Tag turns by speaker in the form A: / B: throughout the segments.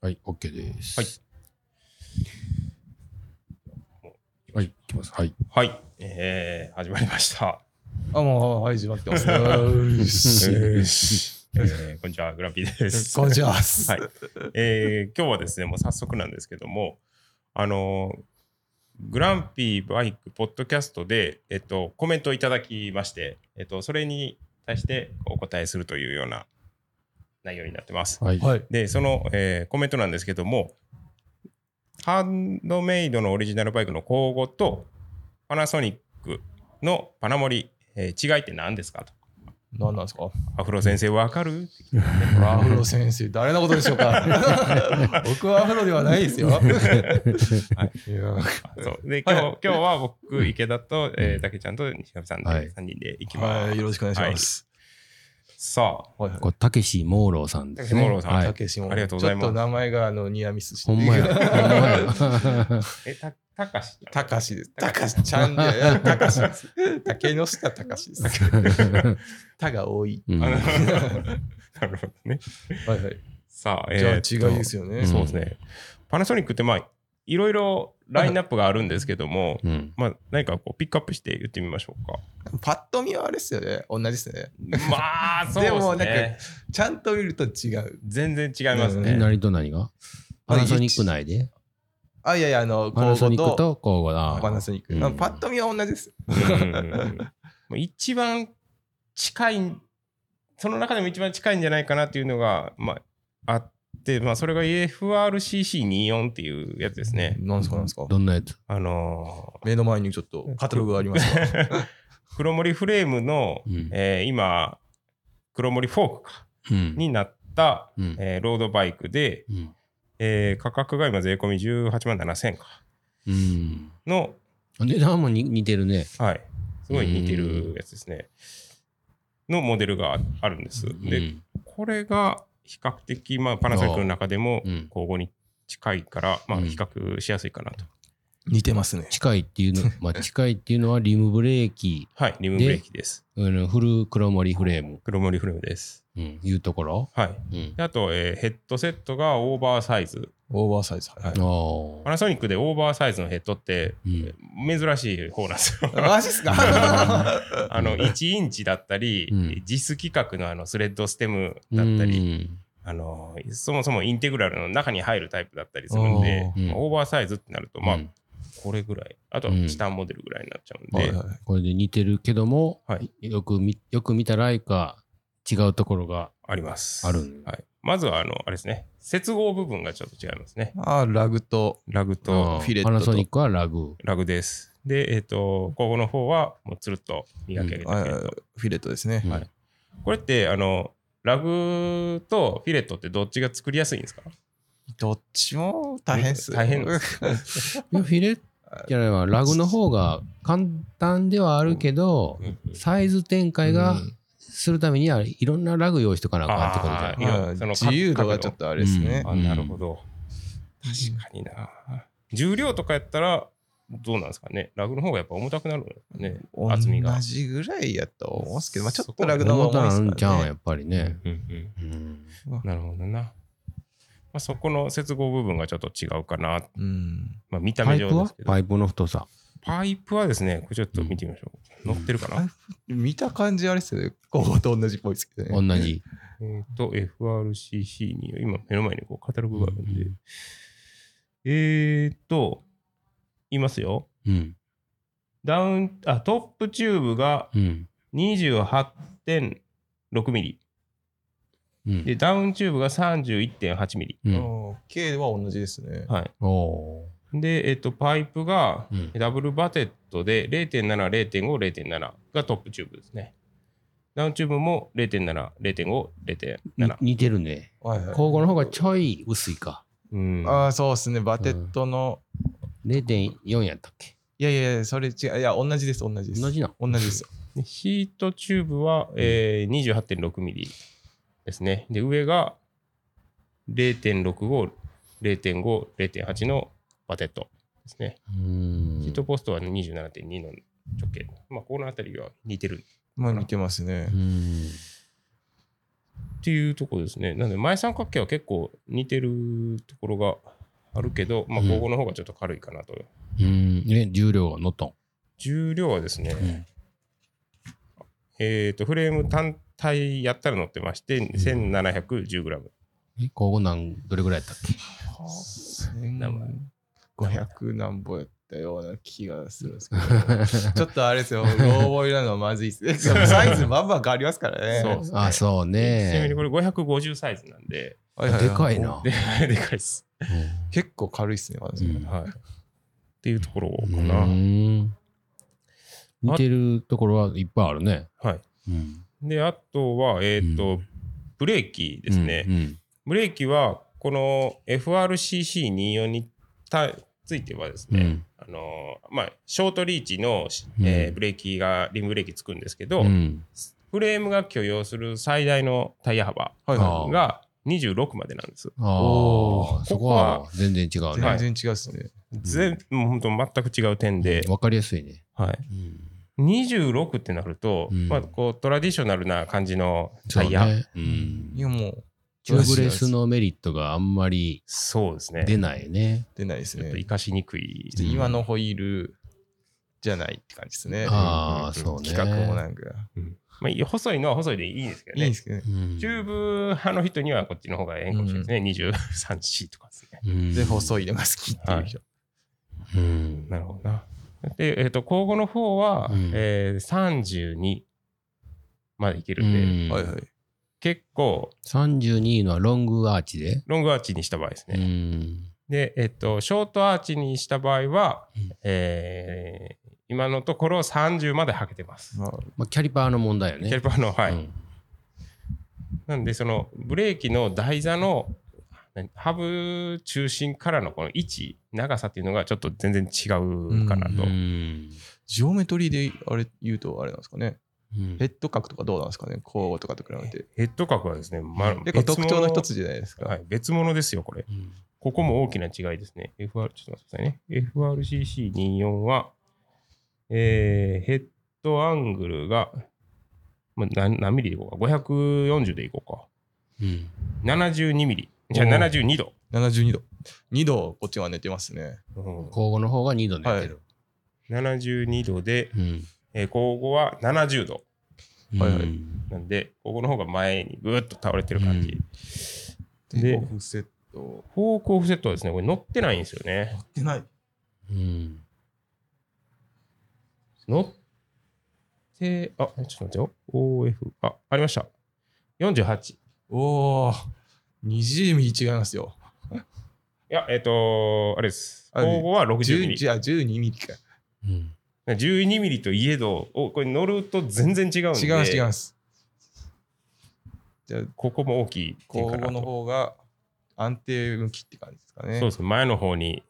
A: はい、OK です。
B: はい
A: はい。いきます。はい。
B: はい、えー、始まりました。
C: あ、もう、はい、始まってます。うっ
B: え
C: し
B: ー、こんにちは、グランピーです。
C: こんにちは。
B: はいえー、今日はですね、もう早速なんですけども、あのーグランピーバイクポッドキャストで、えっと、コメントをいただきまして、えっと、それに対してお答えするというような内容になってます。
A: はい。
C: はい。
B: で、その、えーコメントなんですけども、ハンドメイドのオリジナルバイクの口語とパナソニックのパナモリ、えー違いって何ですかと。
C: 何なんですか
B: アフロ先生わかる
C: アフロ先生、誰のことでしょう か僕はアフロではないですよ。いや
B: そうで今日,、
C: はい
B: 今日は僕、池田と、えー、竹ちゃんと西上さんで
A: はい
B: 3人で行きます。
C: はい、よろしくお願いします。
B: さあ、
C: はいはい
A: これ、たけしモーローさんですね。
B: たけしモーローさん
A: はい。
C: たけしも、
B: ありがとうございます
C: ちょっと名前があのニアミスして
A: ほんまや。ほんまや
B: えたたかしちゃん
C: たかしです。たかしちゃんじゃいや、たかしです。竹の下たかしです。たが多い。
A: うん
B: あのなるほどね。
C: はいはい。
B: さあ、
C: じゃあ、
B: えーっと
C: 違いですよね。
B: そうですね。パナソニックって、まあ、いろいろラインナップがあるんですけども、
A: うん。
B: まあ、何かこうピックアップして言ってみましょうか。
C: パッと見はあれですよね。同じですね。
B: まあ、そうで
C: ですもなんか
B: ね。
C: ちゃんと見ると違う。
B: 全然違います
C: う
B: ね。
A: 何と何がパナソニック内で
C: あ、いやいや、あの、
A: パナソニッ
C: 口
A: ク
C: 語
A: と交互
C: パナ
A: だ。
C: ソニック。
A: うん
C: あのパッと見は同じです。
B: うんうんうん もう一番近いその中でも一番近いんじゃないかなっていうのが、まあ、あって、まあ、それが FRCC24 っていうやつですね。
C: なんですか、なんですか。
A: どんなやつ
B: あの
C: 目の前にちょっとカタログがありま すが。
B: ー、黒森フレームの、
A: うん
B: えー今黒森フォークか
A: うん
B: になった、
A: うん
B: えーロードバイクで、
A: うん
B: えー価格が今税込み18万7000か
A: うん
B: の、
A: 値段もに似てるね。
B: はい、すごい似てるやつですね。のモデルがあるんです。で、
A: うん
B: これが比較的、まあ、パナソニックの中でも
A: うん
B: 交互に近いから、まあ、
A: うん
B: 比較しやすいかなと。
C: 似てますね。
A: 近いっていうの、 まあ、近いっていうのはリムブレーキ、
B: はい、リムブレーキです。
A: うんフル黒森フレーム、
B: 黒森フレームです。
A: うん、いうところ。
B: はい。
A: うん、
B: であと、えーヘッドセットがオーバーサイズ。
C: オーバーサイズ。はい
A: あー
B: パナソニックでオーバーサイズのヘッドって、
A: うん
B: 珍しい方なんですよ。
C: マジっす か
B: あの、1インチだったり、
A: うん
B: 実規格のあのスレッドステムだったり、あの、そもそもインテグラルの中に入るタイプだったりするんで、
A: おーうん
B: オーバーサイズってなると、
A: うん
B: まあ
A: う、ん
B: これぐらい。あとはチタンモデルぐらいになっちゃうんで、
C: はいはい
A: これで似てるけども、
B: はい
A: よくみよく見たらいか違うところが
B: あります。
A: あるん
B: はい。まずは、あの、あれですね。接合部分がちょっと違いますね。
C: あー、ラグと。
B: ラグ
A: あー
B: と
C: フィレット
A: パ
C: と
A: ナソニックはラグ
B: ラグです。で、えっ、と、後後の方は、もうつるっと磨き上げたフ
C: あ
B: ィレッ
C: ー
B: ト。
C: フィレットですね。
A: うん
B: はいこれって、あの、ラグとフィレットってどっちが作りやすいんですか
C: どっちも大変っす。
B: 大変で
A: いやフィレじゃないわラグの方が簡単ではあるけど、サイズ展開が
C: うん
A: するためにはいろんなラグ用意しとかなあかんってことだよ
B: いや
C: はい
B: その
C: 自由度がちょっとあれですね。
B: あ、なるほど。確かにな。重量とかやったら、どうなんですかね。ラグの方がやっぱ重たくなるんですかね。
C: 同
B: 厚みが。
C: じぐらいやと思うんですけど、まあちょ
B: そ
C: っ
B: こと
C: ラグの
A: 重
C: 方
A: た
C: が
A: な
C: 重
A: る
C: い
A: ん
C: っ
A: ち
C: す
A: ゃ
C: か
A: うん
C: ら
A: やっ
C: ね
A: ぱりね、
B: うんうん
A: うん
B: なるほどな。まあ、そこの接合部分がちょっと違うかな。
C: うん。
B: まあ、見た
A: パ
B: 目
A: イプ
B: 上で
A: は
B: すけど。
A: パイプの太さ
B: パイプはですね、これちょっと見てみましょう。乗ってるかな、
C: 見た感じあれっすよね。こうと同じっぽいですけど
A: 同
C: ね。
A: じ
B: えっ、と、FRCC に、今目の前にこうカタログがあるんで。
A: うん
B: えっ、と、言いますよ。
A: うん
B: ダウン、あ、トップチューブが
A: うん
B: 28.6ミリ。
A: うん
B: で、ダウンチューブが31.8ミ
A: う
B: リ。
C: うんん。K は同じですね。
B: はい。
A: おお
B: で、えっ、と、パイプが
A: ー、うん
B: ダブルバテットで0.7、0.5、0.7がトップチューブですね。ダウンチューブも0.7、0.5、0.7。
A: 似てるね
C: はいはい。
A: 交互の方がちょい薄いか
B: うん
C: ああ、そうですね。バテットの、
A: 0.4やったっけ
C: いやいやいや、それ違う。いや、同じです、同じです。
A: 同じな
C: 同じです。
B: でシートチューブは、えー、28.6ミリですね。で、上が0.65、0.5、0.8のバテットですね。
A: うん
B: シートポストは27.2の直径。まあ、この辺りは似てる。
C: まあ似てますね
A: う。ん
B: っていうところですね。なので、前三角形は結構似てるところがあるけど、まあ、
A: うん
B: 後方の方がちょっと軽いかなと。
A: うん。ね、重量はノット
B: 重量はですね、
A: ん
B: えっ、と、フレーム単体やったら乗ってまして、1710g。
A: ン。え、ここなん、どれぐらいやったっけ
C: 500何本やったような気がするんで すけどちょっとあれですよロボイなのはまずいっすねサイズバンバン変わりますから ね
B: そうですね
A: あ、そう
B: ちなみに
A: ね。
B: これ550サイズなんで、
C: はいはいはい
A: でかいな。
B: でで かいです。
C: 結構軽いっすねまず、
A: うん
B: はい。っていうところか
A: う
B: な。
A: ん。似てるところはいっぱいあるね。
B: はい。
A: うん。
B: で、あとは、えっ、と、
A: う
B: ブレーキですね。
A: うん。
B: ブレーキは、この FRCC24 にたついてはです
A: う
B: ね、
A: ん。
B: あのーまあ、ショートリーチの、
A: うん
B: えーブレーキが、リムブレーキつくんですけど、
A: うん。
B: フレームが許容する最大のタイヤ幅
C: はい
A: あ
C: は
A: ー
B: が26までなんです。
A: あ
C: お
A: あ、
B: ー
A: そこは全然違う
C: い
A: ね。
C: 全然違うっすね、
B: 全もう本当全く違う点で、
A: わかりやすいね。
B: はい、26ってなると、
A: うん
B: まあ、こうトラディショナルな感じの
A: そ
B: タ
A: う
B: イヤ
A: ね。うん
C: いやもう
A: チューブレスのメリットがあんまり
B: そうですね。
A: 出ないね。
C: 出ないです
B: ちょっと
C: ね
B: 生かしにくい。
A: うん
C: 今のホイールじゃないって感じですね
A: ああ、
B: うん
A: そうね。
C: 企画もなんか
B: まあ、細いのは細いでいいんですけど
C: いい
B: ね。
C: んですけどね
A: うん
B: チューブ派の人にはこっちの方がええんかもしれないですね。23C とかですね。
A: うん
C: で細いのが好きっていう人、
A: うん
B: なるほどな。で、えっ、と、交互の方は、
A: うん
B: えー32までいけるんで、
A: うん
C: はいはい
B: 結構
A: 32のはロングアーチで。
B: ロングアーチにした場合ですね。
A: うん
B: で、えっ、と、ショートアーチにした場合は、
A: うん
B: えー今のところ30まで履けてます。
C: まあ
A: まあ、キャリパーの問題よ
B: キャリ
A: ね。
B: パーの、はい。
A: うん
B: なんで、そのブレーキの台座の何ハブ中心からのこの位置、長さっていうのがちょっと全然違うかなと。
A: うん
C: ジオメトリーであれ言うとあれなんですかね
A: うん
C: ヘッド角とかどうなんですかね交互とかと比べて。
B: ヘッド角はですね、ま、
C: 結構
B: 別
C: 特
B: 物
C: 徴の一つじゃないですか。
B: はい、別物ですよ、これ。
A: うん
B: ここも大きな違いですね。FR、ちょっと待ってくださいね。FRCC24 は、えーヘッドアングルが、まあ、何何ミリでいこうか。540でいこうか。
A: うん
B: 72ミリ。じゃあ72度。
C: 72度。2度こっちは寝てますね。
B: うん
A: 交互の方が2度寝てる。
B: 72度で、
A: うん
B: えー、交互は70度。
C: はいはい
A: うん
B: なんで、ここの方が前にぐーっと倒れてる感じ。で
C: で、オフセット。
B: フォークオフセットはですね、これ乗ってないんですよね。
C: 乗ってない。
A: うん
B: 乗って、あ、ちょっと待ってよ。OF、あ、ありました。48。い
C: おお、20ミリ違いますよ。
B: や、えっ、とあれです。
C: あ
B: 交互は60ミ
C: 10ミ
B: リ
C: リ。。あ、12ミリか。
A: うん
B: 12ミリといえど、おこれ乗ると全然違うんで。
C: 違います、違います。じゃあ、
B: ここも大きいっていう
C: 交
B: かな
C: 互の
B: と。
C: 方が安定向きって感じですかね。
B: そうですね、前の方に、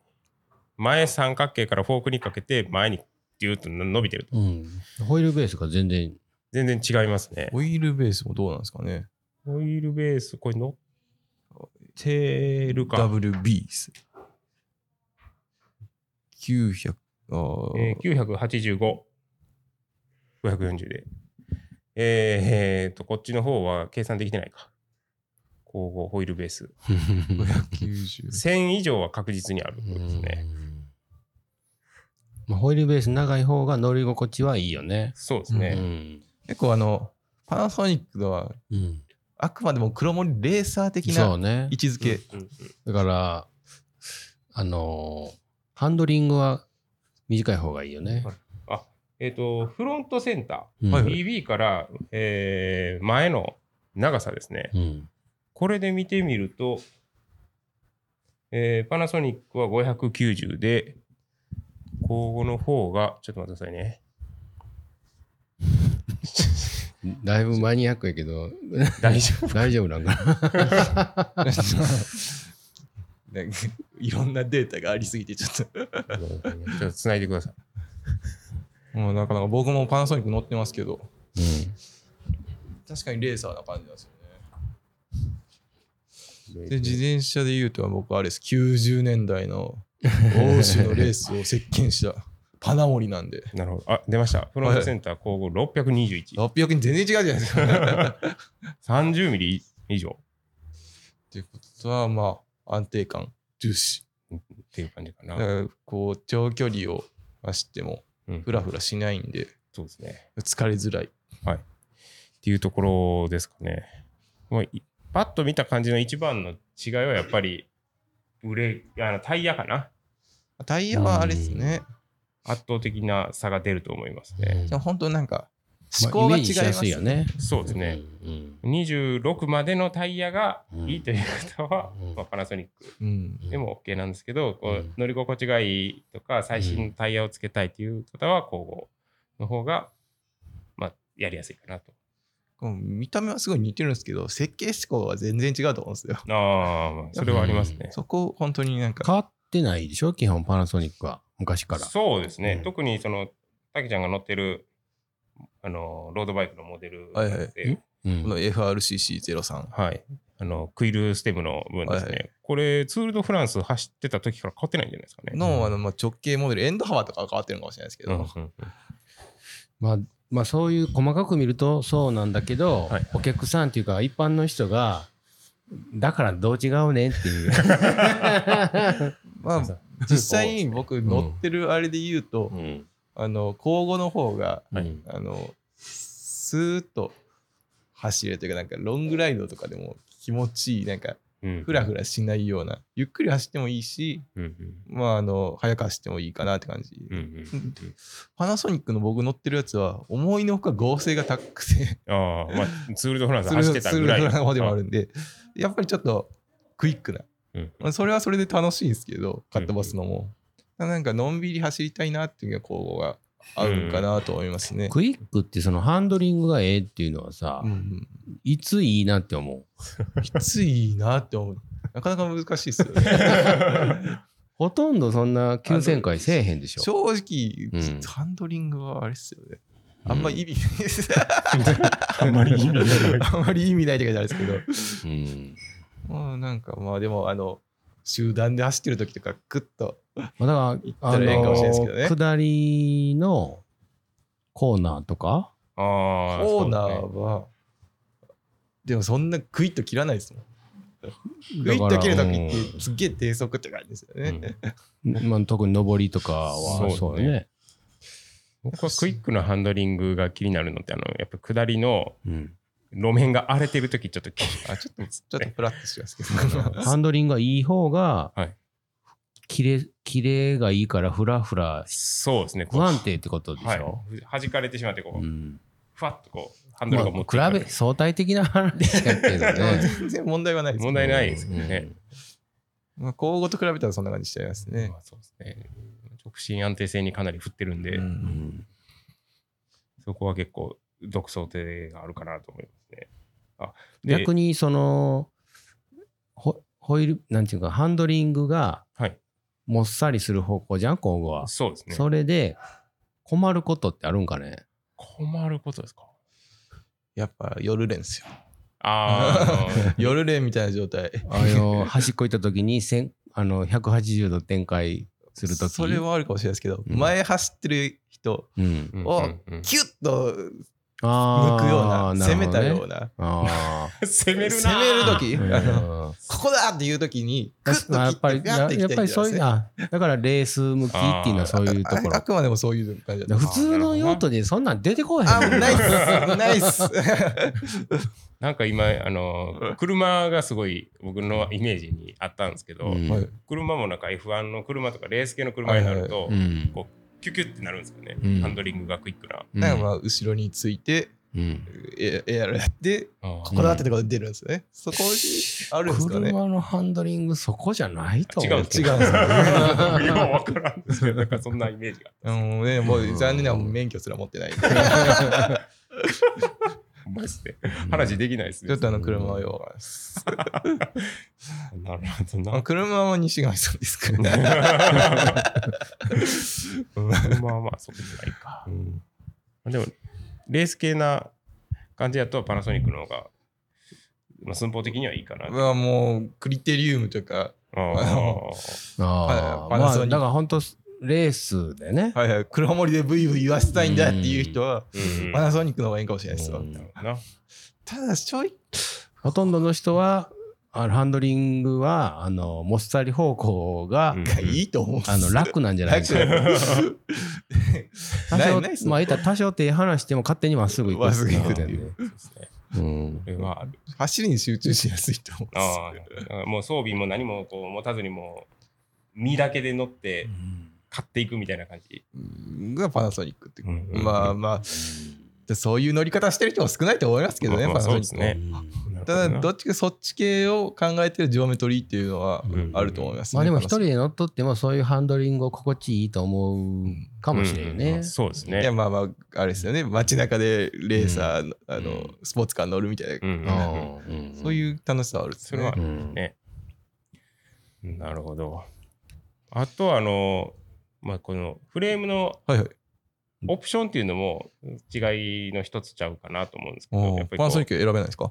B: 前三角形からフォークにかけて、前にギューッと伸びてると。
A: うんホイールベースが全 然。
B: 全然違いますね。
C: オイルベースもどうなんですかね。
B: ホイールベース、これ乗ってるか。
C: WB です。900、あー
B: えー、985。540で。えー、えーと、こっちの方は計算できてないか。交互ホイールベース。
C: 590。
B: 1000以上は確実にあるってことですね。
A: うんまあホイールベース長い方が乗り心地はいいよね。
B: そうです
A: う
B: ね。
A: ん
C: 結構あの、パナソニックのは、
A: うん
C: あくまでも黒森レーサー的
A: そう
C: な
A: ね
C: 位。置づけ。
B: うんうん
A: だから、あのーハンドリングは短い方がいいよね。
B: あえっ、と、フロントセンタ
A: うん
B: ー、BB から、えー前の長さですね。
A: うん
B: これで見てみると、えーパナソニックは590で、交互の方が、ちょっと待ってくださいね。
A: だいぶマニアックやけど、
B: 大丈夫
A: 大丈夫なんかな。
C: なんかいろんなデータがありすぎて、ちょっ と。
B: ちょっと繋いでください。
C: もうなかなか僕もパナソニック乗ってますけど、
A: う
C: 確かにレーサーな感じなんですよね。で、
B: で
C: 自転車で言うと、僕あれです。90年代の欧州のレースを席巻したパナモリなんで。
B: なるほど。あ、出ました。フロントセンター、交互621。
C: 600に全然違うじゃないですか。
B: 30ミリ以上
C: ていうことは、まあ、安定感重視。
B: っていう感じか
C: だ
B: な。
C: から、こう、長距離を走っても、
B: うん
C: ふらふらしないんで、
B: そうですね。
C: 疲れづらい。
B: っていうところですかね。もういパッと見た感じの一番の違いはやっぱりブレーキあのタイヤかな
C: タイヤはあれですね。
B: 圧倒的な差が出ると思いますね。
C: でも本当なんか、
A: ま
C: 思
A: あ
C: 考が
A: イメー
C: 違い
A: ジし
C: ま
A: や
C: す
A: すいよ。ね。
B: そうですね。
A: うん
B: 26までのタイヤがいいという方は、
A: うん
B: まあ、パナソニック
C: うん。
B: でも OK なんですけど、こ
A: う
B: うん乗り心地がいいとか最新のタイヤをつけたいという方は交互の方が、まあ、やりやすいかなと。
C: こう見た目はすごい似てるんですけど、設計思考は全然違うと思うんですよ。
B: ああまあ、それはありますね。
C: そこ、本当になんか、
A: 変わってないでしょ基本パナソニックは昔から。
B: そうですね、
A: うん
B: 特にそのたけちゃんが乗ってるあのロードバイクのモデル
C: はいはい
B: で
A: うん
C: この FRCC03。
B: はいあのクイルステムの分ですね、
C: はいは
B: これツール・ド・フランス走ってた時から変わってないんじゃないですかね。
C: のあのまあ直径モデル、エンド幅とかは変わってるのかもしれないですけ
B: うんうん
C: ど、
B: うん
A: まあまあそういう細かく見るとそうなんだけど、
B: はい
A: お客さんっていうか一般の人がだからどう違うねんっていう。
C: まあ、実際に僕乗ってるあれで言うと、
B: うん
C: あの交互の方が
A: は
B: はいい、
C: あのスーッと走れるというかなんかロングライドとかでも気持ちいいなんか
B: うん
C: フラフラしないようなゆっくり走ってもいいし
B: うんうん
C: まああの早く走ってもいいかなって感じ、
B: うんうんうん
C: パナソニックの僕乗ってるやつは思いのほか合成が高くて
B: ああまあツール・ド・フランス
C: ツール
B: 走ってたぐらい
C: ツールの方でもあ
B: る
C: るんでやっぱりちょっとクイックな
B: うん
C: まあそれはそれで楽しいんですけど、カットバスのも。なんか、のんびり走りたいなっていうのが、交互が合うんかなと思いますね。
A: クイックってそのハンドリングがええっていうのはさ、
C: うん
A: いついいなって思う。
C: うんきついなって思う。なかなか難しいで すよね。
A: ほとんどそんな急旋回せえへんでしょ。
C: 正直、
A: うん
C: ハンドリングはあれっすよね。あんまり意味ないです。
B: あんまり意味ない
C: あんまり意味ないって感じなんですけど。
A: うん
C: まあ、なんか、まあでも、あの、集団で走ってる時とか、クッと。
A: まあ、だから、あ
C: 言ったらええかもしれんす
A: の
C: けどね
A: 下りのコーナーとか、
B: ああ
C: コーナ
B: そうですね
C: ーは、でもそんなクイッと切らないですもん。グ
A: だ
C: イ
A: か
C: ッ
A: ら
C: と切るときってすっげえ低速って感じですよね。
B: うん
A: まあ、特に上りとかは
B: そ
A: そうう
B: だ
A: だ
B: ね
A: ね。
B: 僕はクイックのハンドリングが気になるのってあのやっぱ下りの
A: うん
B: 路面が荒れてる時ちょっと気に
C: あちょっとちょっとフラッとしますけ ど。
A: ハンドリングがいい方が
B: はい、
A: キレ、キレがいいから、フラフラ、
B: そうですね。こう
A: 不安定ってことでしょ。
B: はい。弾かれてしまって、こ
A: う
B: う、
A: ん
B: ふわっとこう、ハンド
A: ま
B: ルが持っていか
A: あ、比
B: れる
A: べ、相対的な話だけど ね。
C: 全然問題はないです。
B: 問題ないですけどね。
C: まあ、交互と比べたらそんな感じしちゃいますね
B: ま。あそうですね。直進安定性にかなり振ってるんで、
A: うんうん
B: そこは結構、独創性があるかなと思いますね。あ、で
A: 逆に、その、ホホイール、なんていうか、ハンドリングが
B: はい。
A: もっさりする方向じゃん、今後は。
B: そうですね。
A: それで、困ることってあるんかね。
B: 困ることですか
C: やっぱ夜練ですよ。
B: あ ー
C: 夜練みたいな状態。
A: あ の端っこ行った時にせんあの180度展開するとき
C: それ、はあるかもしれないですけど、
A: うん
C: 前走ってる人、
A: うん
B: あ、の、
C: お
B: うんうんうん
C: キュッと
A: あ
C: 抜くような、攻めたよう
A: な
C: な。
A: あ
B: 攻めるな
C: 攻める
A: ー
C: 時
A: うん
C: あのここだっていう時に、クッと
A: まあやっぱ
C: 切っ
A: り
C: て、ガッ
A: や
C: て
A: や
C: 行
A: っぱ
C: きた
A: り
C: いんじゃ
A: そう
C: ない
A: いう
C: ですか。
A: あだからレース向きっていうのはそういうとこ
C: ああ
A: ろ
C: くまでもそういう感じだ
A: 普通の用途でそんなん出てこへん
C: あ、ナイスナイス
B: なんか今、あの、車がすごい僕のイメージにあったんですけど、
A: うん
C: はい
B: 車もなんか F1 の車とかレース系の車になると、
A: うん
B: こうキュキュってなるんですよね、
A: うん
B: ハンドリングがクイックな。
A: うん
C: なんかまあ後ろについて、
A: うん
C: エエアロやって、ここだってとこで出るんですよね。そこにあるんですかね。
A: 車のハンドリングそこじゃないと思
B: 違うんです
A: けど
B: よ
C: 違うんですよ
B: 僕 ようわからんですけど、なんかそんなイメージが。
C: うんね、もう残念ながらもう免許すら持って ないんで。
B: マジで。話できないです
C: ちょ
B: ね
C: っ。とあの車はようわからないです。
B: なるほど
C: あの
B: な。
C: 車は西上さんですからね。
B: まあまあ、そうじゃないか。でも、レース系な感じだとパナソニックの方が、まあ、寸法的にはいいかな。
C: まあもうクリテリウムとか、
B: あ
A: あー
C: パナ
A: まあ
C: ソニック
A: だから本当レースでね
C: はいはい、黒森でブイブイ言わせたいんだっていう人は、
B: ーうん
C: パナソニックの方がいいかもしれないですわ
A: うん
B: なるほどな
C: ただ、ちょい、
A: ほとんどの人は、あのハンドリングは、あの、もっさり方向が、
B: うん
C: いいと思う。
A: あの、楽なんじゃないですか。多
C: ない
A: 少
C: ないっすね
A: まあ、言ったら多少手離しても勝手にまっすぐ行く
C: まっすぐ行くって
A: い。
C: いう
B: そうですね。
A: うん
B: こ。れはある。
C: 走りに集中しやすいと思う。
B: ああ、もう装備も何もこう持たずにもう身だけで乗って買っていくみたいな感じ。
C: うんがパナソニックって。
B: うんうん
C: まあまあ、でそういう乗り方してる人も少ないと思いますけどね、
B: まあ
C: パ
B: まあ
C: ナソニック。
B: そうですね
C: ただ、どっちかそっち系を考えてるジオメトリーっていうのは
A: うん
C: あると思います、ね。
A: まあでも一人で乗っとってもそういうハンドリングを心地いいと思うか
B: か
A: もしれんよね。
B: そうです
C: いや
B: ね。
C: まあまああれですよね街中でレーサー、あ
A: う
C: の
A: ん
C: スポーツカー乗るみたいな、
B: うんうん
A: ん
C: そう
A: う
C: いう楽しさはあるんです
B: そ
C: ね
B: れは
A: ん。
B: ね。なるほど。あとあの、まあこのフレームの
C: はいはい
B: オプションっていうのも違いの一つちゃうかなと思うんですけど、
C: お
B: や
C: ー
B: っぱりこう
C: パナソニック選べないですか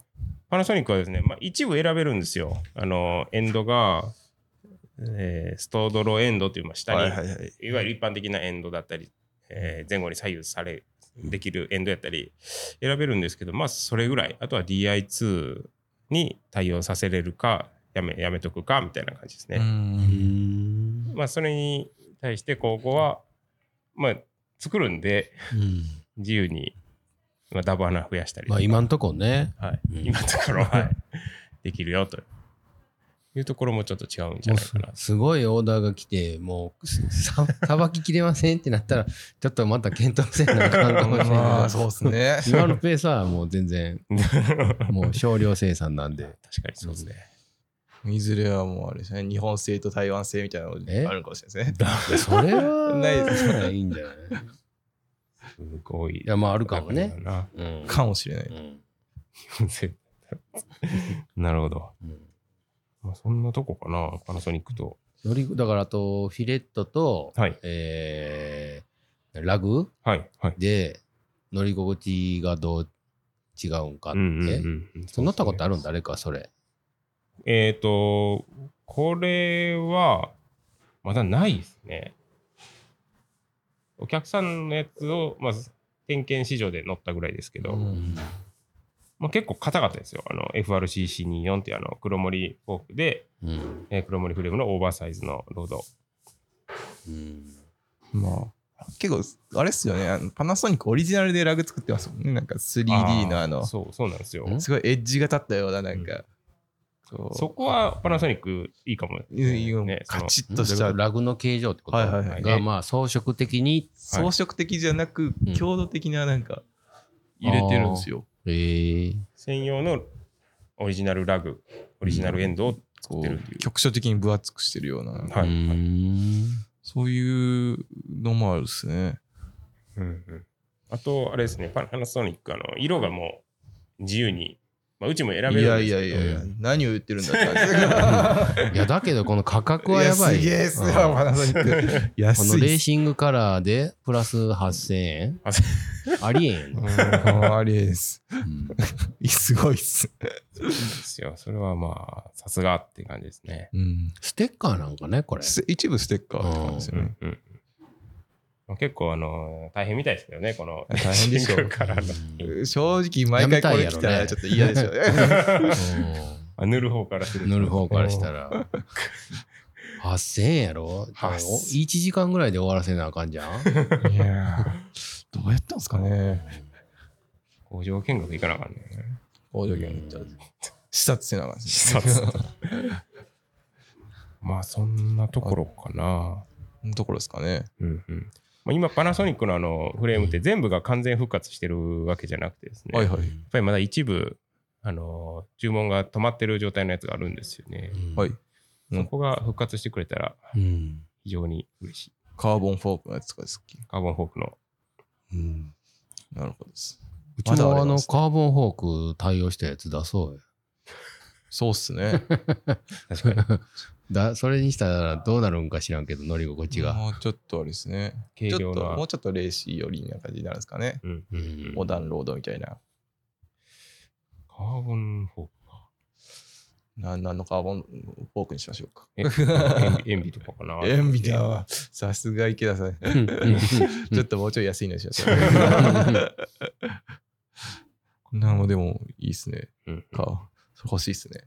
B: パナソニックはですね、まあ、一部選べるんですよ。あのエンドが、えーストードロエンドっていう、まあ、下に、い
C: いはい
B: わゆる一般的なエンドだったり、えー前後に左右されできるエンドやったり選べるんですけど、まあ、それぐらい、あとは DI2 に対応させれるか、やめやめとくかみたいな感じですね。
C: ね
B: まあ、それに対して、ここは、まあ、作るんで、
A: うん
B: 自由に、まあ、ダブ穴増やしたりと
A: ま
B: か
A: あ今んとこね。
B: はい、
A: うん
B: 今のところ、 はい、できるよというところもちょっと違うんじゃ
A: もう
B: ない
A: す
B: かな。
A: すごいオーダーが来て、もうさ さばききれませんってなったら、ちょっとまた検討せんなあかんかもしれんけど
C: まあそうですね
A: 今のペースはもう全然、
B: 確か
A: もう少量生産なん
B: に
A: で。
B: そうですね。
C: いずれはもうあれですね日本製と台湾製みたいなの
A: え
C: があるかもしれないですね
A: それは、。
C: ないです
A: いいんじゃない
B: すごい。
A: いや、まああるかもね。
B: な。
A: うん
C: かもしれない
A: うん
B: なるほど。
A: うん
B: まあ、そんなとこかな、パナソニックと。
A: 乗りだからあとフィレットと、
B: はい。
A: えーラグ
B: はい。はい。
A: で乗り心地がどう違うんかっ
B: う
A: て、
B: んうんうん。
A: 乗ったことあ
B: る
A: るんだ誰かそれ
B: えっ、と、これは、まだないですね。お客さんのやつを、まず、点検市場で乗ったぐらいですけど、
C: うん
B: まあ、結構硬かったですよ。あの FRCC24 っていうあの黒森フォークで、
A: うん
B: えー黒森フレームのオーバーサイズのロード。
A: うん
C: まあ結構あれっすよねあのパナソニックオリジナルでラグ作ってますもんねなんか 3D のあの
B: ーそう、そうなんですよ。
A: ん
C: すごいエッジが立ったようななんか、こう
B: そこはパナソニックいいかも、
C: いいよ
B: ね。そ
C: カ
B: の
C: チッとした
A: ラグの形状ってこと
C: はいはいはい
A: がまあ装飾的に
C: 装飾的じゃなく、
A: うん
C: 強度的ななんか入れてるんですよ。
A: えー
B: 専用のオリジナルラグ、オリジナルエンドを作
C: こ
B: ってるっていう
C: う局所的に分厚くしてるような、
B: はいう
A: ーん
C: そういうのもあるですね。
B: うんうんあと、あれですね、パナソニック、あの色がもう自由に、まあ、うちも選
C: い
B: べるんですけど
C: やいやいやいや、
A: う
C: 何を言ってるんだって 感じ。
A: いやだけどこの価格はやばい
C: すげえっすよ、
A: うん
C: パナソニック。安
A: こ
C: い
A: の
C: っす
A: レーシングカラーでプラス8000円
B: あそ
A: ありえんよ、
C: うんあれです。
A: うん
C: すごいっす。
B: うですよ。それはまあ、さすがって感じですね。
C: うん
A: ステッカーなんかねこれ
C: ス一部ステッカーって感じですよね。
B: うんまあ結構、あの 大変みたいですけどね、この
C: 大変でしょ
B: シングルカラーの
A: う
C: 正直、毎回これ来たらちょっと嫌でしょ。
A: う
B: あ塗る方からする
A: ん
B: と
A: 塗る方からしたら。8000円やろ
B: 8000
A: ?1 時間ぐらいで終わらせなあかんじゃん
C: いやーどうやったんですかね。
B: 工場見学行かなあかんね
C: 工場見学視察せなあかんっす
B: 視察 まあそんなところかな、
C: ところですかね。
B: うんうんまあ、今パナソニックのあのフレームって全部が完全復活してるわけじゃなくてですね、
C: はい
B: やっ
C: はい。
B: ぱりまだ一部あのー注文が止まってる状態のやつがあるんですよね、
C: はい。うん
B: そこが復活してくれたら
A: うん
B: 非常に嬉しい
C: カーボンフォークのやつとかですっけ
B: カーボンフォークの
A: うん
C: なるほどです。
A: うち
C: まだあ
A: も
C: れ
A: あ
C: なん
A: の
C: ですね
A: カーボンフォーク対応したやつ出そうよ
C: そうっすね。
B: 確かに
A: だそれにしたらどうなるんか知らんけど乗り心地が
C: もうちょっとあれですね。
B: 軽
C: ちょ
B: 量
C: っともう
B: な
C: ちょっとレーシー寄りな感じになるんですかね。
B: うんうんうん
C: モダンロードみたいな。
B: カーボンフォーク
C: な何のカーボンフォークにしましょうか。
B: え塩ビ塩ビとかかな
C: 塩ビだわ。さすが池田さん。
A: うん
C: ちょっともうちょい安いのにしましょう。 こんなのもでもいいっすね。
B: うんうん
C: か。欲しいっすね。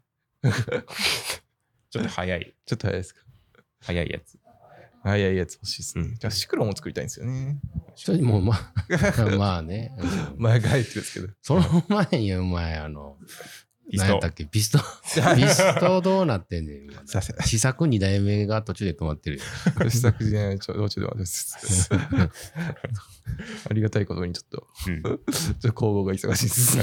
B: ちょっと早い、
C: ちょっと早いですか。
B: 早いやつ。
C: 早いやつ欲しいっすね。
B: うん
C: じゃあシクロも作りたいんですよね。
A: ちょもうまあまあねうん
C: 前から言ってるんですけど。
A: その前にお前あの
B: ピ
A: 何
B: ス
A: や
B: ト
A: ったっけピストピストどうなってんねん今
C: させ
A: 試作2代目が途中で止まってるよ
C: 試作じゃない、ちょどうちょっと 待ってます。ありがたいことにちょっと、
B: うん
C: ちょっと工房が忙し いです。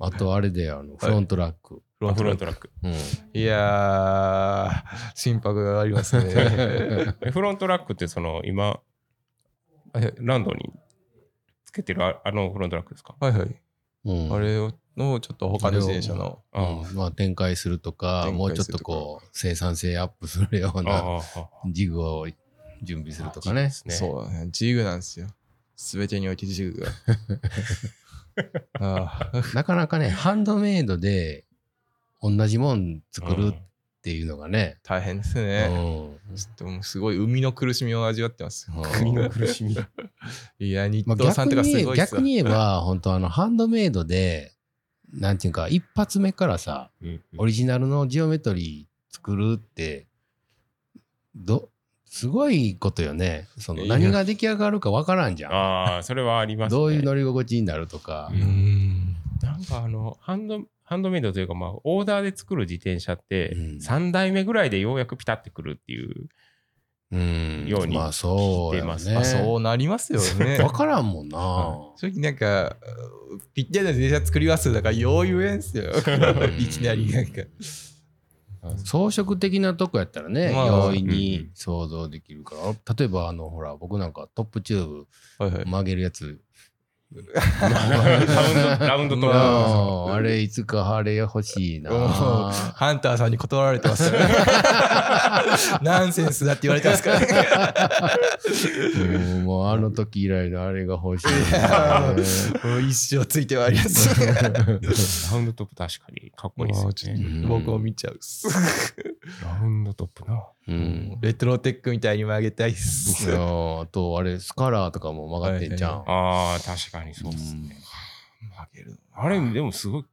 A: あとあれであのフロントラック、
C: フロ
B: あ
C: ン
B: フ
C: ト
B: ロ
C: ラ
B: ン
C: ッ
B: ト
C: ク
B: ラック。
C: いやー、心拍がありま すね。
B: えフロントラックってその今、
C: はい
B: ランドにつけてるああのフロントラックですか
C: はいはい。
A: うんう ん
C: あれをのちょっと他の自転車の。
B: あ
A: うんまあ、展開するとか
C: 展開するとか
A: もうちょっとこう生産性アップするよう
B: あ
A: な
B: ああ
A: ジグを準備するとか
B: で
A: ね
B: すね。
C: そうだね。ジグなんですよ。すべてにおいてジグ が。ああ
A: なかなかねハンドメイドで同じもん作るっていうのがね、
C: 大変です
A: う
C: ね。
A: ん
C: ちょっともうすごい海の苦しみを味わってます。
A: うん
B: 首の苦しみ。
C: いや、日
A: まあ
C: 東さんと
A: 逆
C: かす
A: に
C: ごいっす
A: 逆
C: わ
A: に言えば本当あのハンドメイドでなんていうか一発目からさオリジナルのジオメトリー作るってどすごいことよねその
C: いや
A: 何が出来上がるかわからんじゃん
B: ああ、それはありますね。
A: どういう乗り心地になるとか
B: う、
C: うん。
B: なんかあの、ハンド、ハンドメイドというか、まあ、オーダーで作る自転車って
A: うん、
B: 3代目ぐらいでようやくピタってくるっていう。
A: うん、
B: ように
A: まあそうや
B: 聞いてま
A: わ
B: す
A: ね
C: まあ、そうなりますよ ね。
A: 分からんもんな
C: 正直なんか、ぴったりな自転車作りますよ。だから、よう言えんすよ。いきなりなんか。
A: 装飾的なとこやったらね、
C: まあ
A: 容易
B: うんう
A: に
B: ん
A: 想像できるから例えばあのほら僕なんかトップチューブ
C: はいはい。
A: 曲げるやつ
B: ラウンド、ラウンドとか。
A: あああれいつかあれ欲しいな
C: もうハンターさんに断られてますよ ね。ナンセンスだって言われてますからね。
A: うんもうあの時以来のあれが欲しい
C: いやもう一生ついてはあります。
B: ラウンドトップ確かにかっこいい
C: もう
B: です
C: ちょ
B: よ
C: っ
B: ね。
C: と僕も見ちゃうっす。
B: ラウンドトップな。
A: うん
C: レトロテックみたいに曲げたいっす
A: い。やあとあれスカラーとかも曲がってんじゃん、
B: ああ、確かにそうですね。
C: 曲げるの
B: あれ、でもすごい、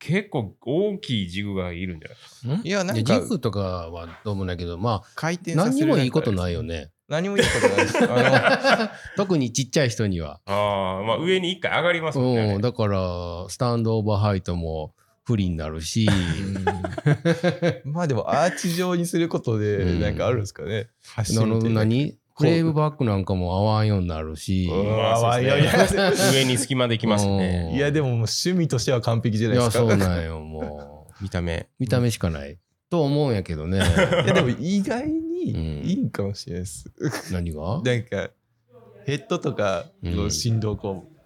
B: 結構大きいジグがいるんじゃない
A: ん
C: いやなんか
A: いジグとかはどうもないけどま
C: 回転
A: あ
C: させる。
A: 何にもいいことないいよ ね
C: 何もいいことないです。あ
A: 特にちっちゃい人には
B: ああ、まあ上に一回上がりますもん
A: う
B: ね
A: ん、。だからスタンドオーバーハイトも不利になるし
C: のまあでもアーチ状にすることで
A: うん
C: なんかあるんですかね。
A: あ
C: 走
A: の
C: みたいな
A: 何フレームバックなんかも合わんようになるし
C: う
A: い
C: わ
B: まあそう
C: いや
B: です
C: い
B: ね上に隙間できますね。
A: ん
C: いやでももう趣味としては完璧じゃないで
A: や
C: すか。
A: そうなんよもう
B: 見た目。
A: 見た目しかない、と思うんやけどね
C: いやでも意外にいいんかもしれないです。
A: 何が
C: なんかヘッドとかの振動こう、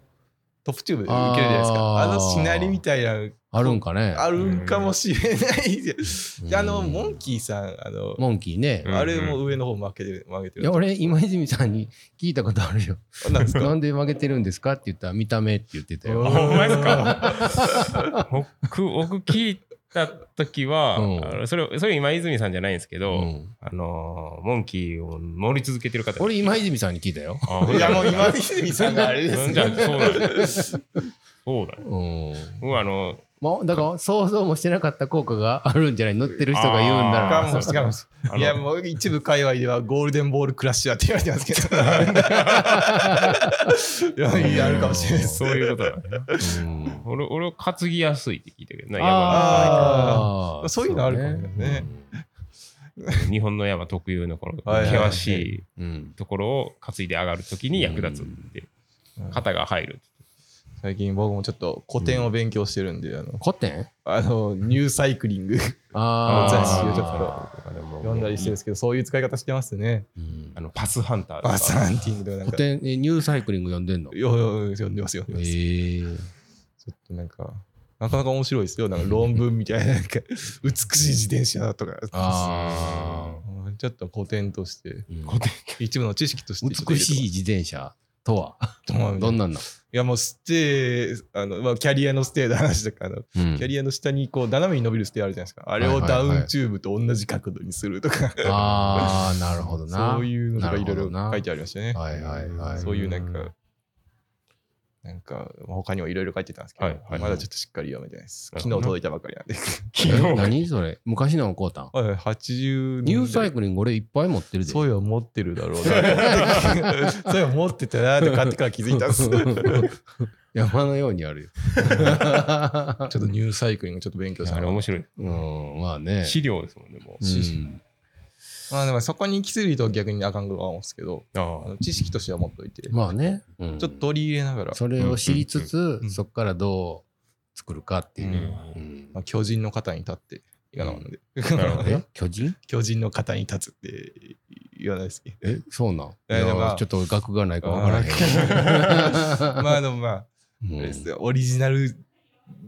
C: トップチューブ受けるじゃないですか。
A: あ
C: あ
A: ー
C: のしなりみたいなの
A: あるんかね
C: あるんかもしれないじゃん
A: うん
C: あのモンキーさんあの、
A: モンキーね、
B: うん
C: あれも上の方負けてる負けて
A: い
C: る
A: や。俺今泉さんに聞いたことあるよ
C: あなん ですか。
A: なんで曲げてるんですかって言ったら見た目って言ってたよ
B: あ、ほんまですか僕、僕聞いた時 は、
A: うん
B: あのそれ、それ今泉さんじゃないんですけ
A: う
B: ど、
A: ん
B: あのー、モンキーを乗り続けてる方。
A: 俺今泉さんに聞いたよ、
B: あ
C: いやもう今泉さんがあれです
B: う
C: よ
B: んじゃあそうだね。そうだね。
A: うん
B: 僕はあの、
A: まあ、だから想像もしてなかった効果があるんじゃない乗ってる人が言うんな
C: から
B: あ
C: もしれない
B: あの
C: いやもう一部界隈ではゴールデンボールクラッシャーって言われてますけど。 いやいやあるかもしれないです。
B: そういうことだね。
A: うん
B: 俺、俺は担ぎやすいって聞いたけどな、山
A: あ
C: ーそういうのあるかもね
B: の日本の山特有のこの
C: はいはいはい
B: 険しい
A: うん
B: ところを担いで上がるときに役立つって
C: うん、
B: 肩が入る。
C: 最近僕もちょっと古典を勉強してるんで、あの
A: 古典
C: あのニューサイクリング
A: あー
C: 雑誌をちょっと
B: 読
C: 読んだりしてるんですけど、そういう使い方してますね。
A: うん
B: あのパスハンターとか
C: バスハンティングとかなん
A: 古
C: か。
A: 典えニューサイクリング読んでんの
C: よよ読んでますよ。
A: え
C: 読んでます
A: ー
C: ちょっとなんか、なかなか面白いですよ。なんか論文みたいな、なんか、美しい自転車とか。
A: あ
C: うんちょっと古典として、
A: ー
B: 古典
C: 一部の知識として。
A: 美しい自転車とはど
C: ど
A: ん
C: ん
A: な
C: な
A: んの、
C: いやもうステー、あの、まあ、キャリアのステーの話とか、あの、
A: うん
C: キャリアの下にこう、斜めに伸びるステーあるじゃないですか。あれ
A: はい
C: を
A: はいは
C: ダ
A: い
C: ウンチューブと同じ角度にするとか、
A: ああなるほどな
C: そういうのとかいろい
A: なるほど
C: ろ
A: な
C: 書いてありましたね。
A: はいはいはい
C: そういうなんか、なんか他にもいろいろ書いてたんですけど、
B: はいはい
C: まだちょっとしっかり読めてないです。
B: うん
C: 昨日届いたばかりなんで。
A: え何それ昔のこうたん。
C: はい、80
A: ニューサイクリング俺いっぱい持ってるで。
C: そういえば持ってるだろうな。そういえば持ってたなって買ってから気づいたんです。ち
A: 山のように あるよ。
C: ょっとニューサイクリングちょっと勉強
B: あ
C: され
B: れ
C: て
B: 面白い。
A: うん、まあね。
B: 資料ですもんね、もう
A: う。ん
C: まあでもそこに行き過ぎると逆にあかんと思うんですけど、あ
B: あ
C: の知識としては持っといて、
A: まあね。ちょ
C: ちょっと取り入れながら、
A: それを知りつつ
C: う、ん
A: そこからどう作るかっていうう。
B: ん
A: うん
C: まあ、巨人の肩に立って、いかなもんで、
B: あ。なるほど
A: え
B: ね。
A: 巨人
C: 巨人の肩に立つって言わないですけど。
A: えそうなん
C: え
A: いや
C: まあ
A: ちょっと俺額がないから分からへんけ ど。
C: まあでもまあ、
A: うん
C: あれですよオリジナル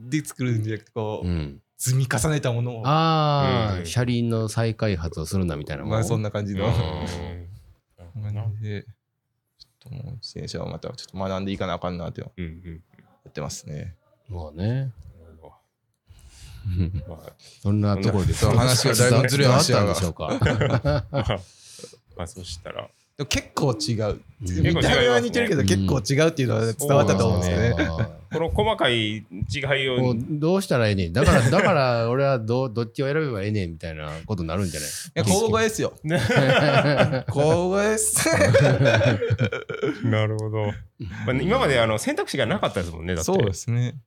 C: で作るんじゃなくて、こう、
A: うん
C: 積み重ねたものを、
A: あ
B: う
A: あ、
B: ん
A: 車輪の再開発をするなみたいなもん。
C: まあそんな感じの。
B: うんなるほどな
C: 感じで、ちょっともう自転車をまたちょっと学んでいかなあかんなってや
B: うんうん。
C: ってますね。
A: まあ ね。
B: なるほ
A: うん
B: どまあ
A: そんなところで
C: そう話がだいぶずれました
A: 伝
C: が
A: わったんでしょう か。
B: まあまあ、そしたら、
C: でも結構違う。
A: 結
B: 構違い
C: 見
B: ま
C: た
B: すね
C: 目は似てるけど結構違うっていうのは伝わったと思うんですよね。
B: この細かい違い
A: も
B: を
A: う、どうしたらええねん。だから、だから俺はどうどっちを選べばええねんみたいなことになるんじゃない
C: いや、交互ですよ。交互です。
B: なるほど。 まあ今まであの選択肢がなかったですもんね、だって。
C: そうですね。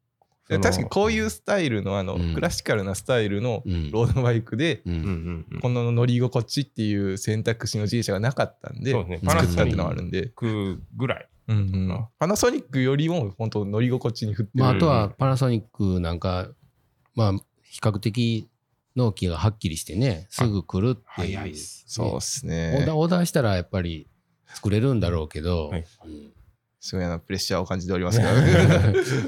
B: その
C: 確かにこういうスタイルの、あの、
A: うん
C: クラシカルなスタイルの
A: うん
C: ロードバイクで、
A: う
B: うん
A: ん
B: うんうん。
C: この乗り心地っていう選択肢の自転車がなかったんで、
B: そうですね。パナ
C: 作ったって
B: ソ
C: い
B: ニ
C: うのはあるんで、
B: ックぐらい。
C: うんうんパナソニックよりも本当乗り心地に振ってる、
A: まあ、あとはパナソニックなんか、まあ、比較的納期がはっきりしてね、すぐ来るっていう。
B: 早いっす
C: そうです
A: ねオーダー
C: ね。
A: オーダーしたらやっぱり作れるんだろうけど、
B: はい
A: うん
C: すごいあのプレッシャーを感じておりますけど、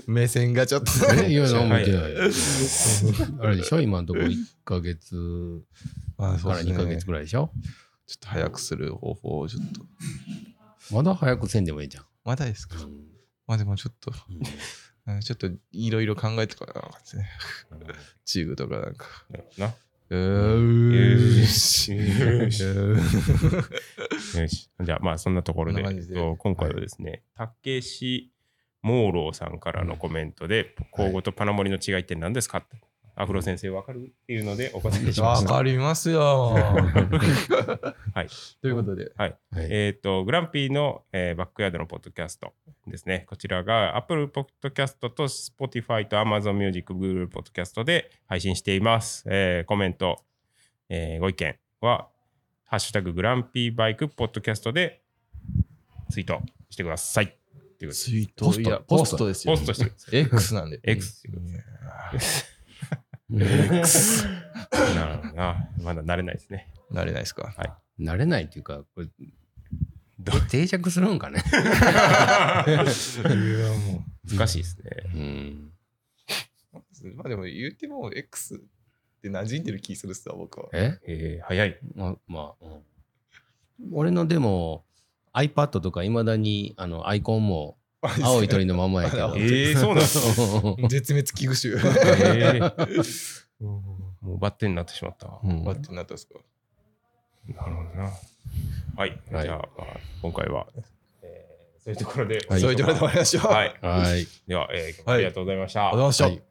C: 目線がちょっと
A: え い
C: ね。
A: やいや思ってな
B: はい
A: いあれでしょ今のところ1ヶ月
C: まあ
A: から2ヶ月
C: ちょ
A: ぐらいでしょ
C: っと早くする方法をちょっと。
A: まだ早くせんでもいいじゃん。
C: まだですか
A: うん
C: まあでもちょっと、
A: うん
C: うんちょっといろいろ考えてからなんですね。チームとかなんか。
B: なるほどな。
C: うーし。
B: よし
C: うー
B: よし。じゃあ、まあ、そんなところで、
C: こんな感じで
B: えっと今回はですね、たけしモーローさんからのコメントで、口語とパナモリの違いって何ですかって、アフロ先生わかるっていうのでお答えしま
C: わ
B: した。。
C: かりますよ。はいということで、
A: はい
B: えっと、グランピーの、えーバックヤードのポッドキャストですね。こちらが Apple ポッドキャストと Spotify と Amazon Music、Google ポッドキャストで配信しています。えーコメント、えーご意見は、ハッシュタググランピーバイクポッドキャストでツイートしてください。ということで
C: ツイー
A: ポスト
C: いや
A: ポ
C: ポ
A: ス
C: ス
A: ト
C: トですよ。
B: ポストしてください。
C: X なんで。
B: X
C: いや
B: なるほどな。まだ慣れないですね。
C: ーなれないですか。
A: 慣れないっていうか、これ、定着するんかね。
B: 難しいですね。
A: うん
C: まあでも言うても X って馴染んでる気するっすわ、僕は。
A: え
B: えー早い。
A: ままあ、うん俺のでも iPad とかいまだにあのアイコンも青い鳥のままやけど。
B: えー、そうなんですか。
C: 絶滅危惧種。
B: え ーもうバッテンになってしまったわ。
A: うん
C: 待ってなったんですか。
B: なるほどな。はい。
A: はい
B: じゃあ、まあ、今回は、えーそういうところで、
A: はい
C: それでは終わりましょう。
B: はい。
A: はい。
B: では、えー
C: はい
B: ありがとうございました。
C: ありがとうございました。
A: はい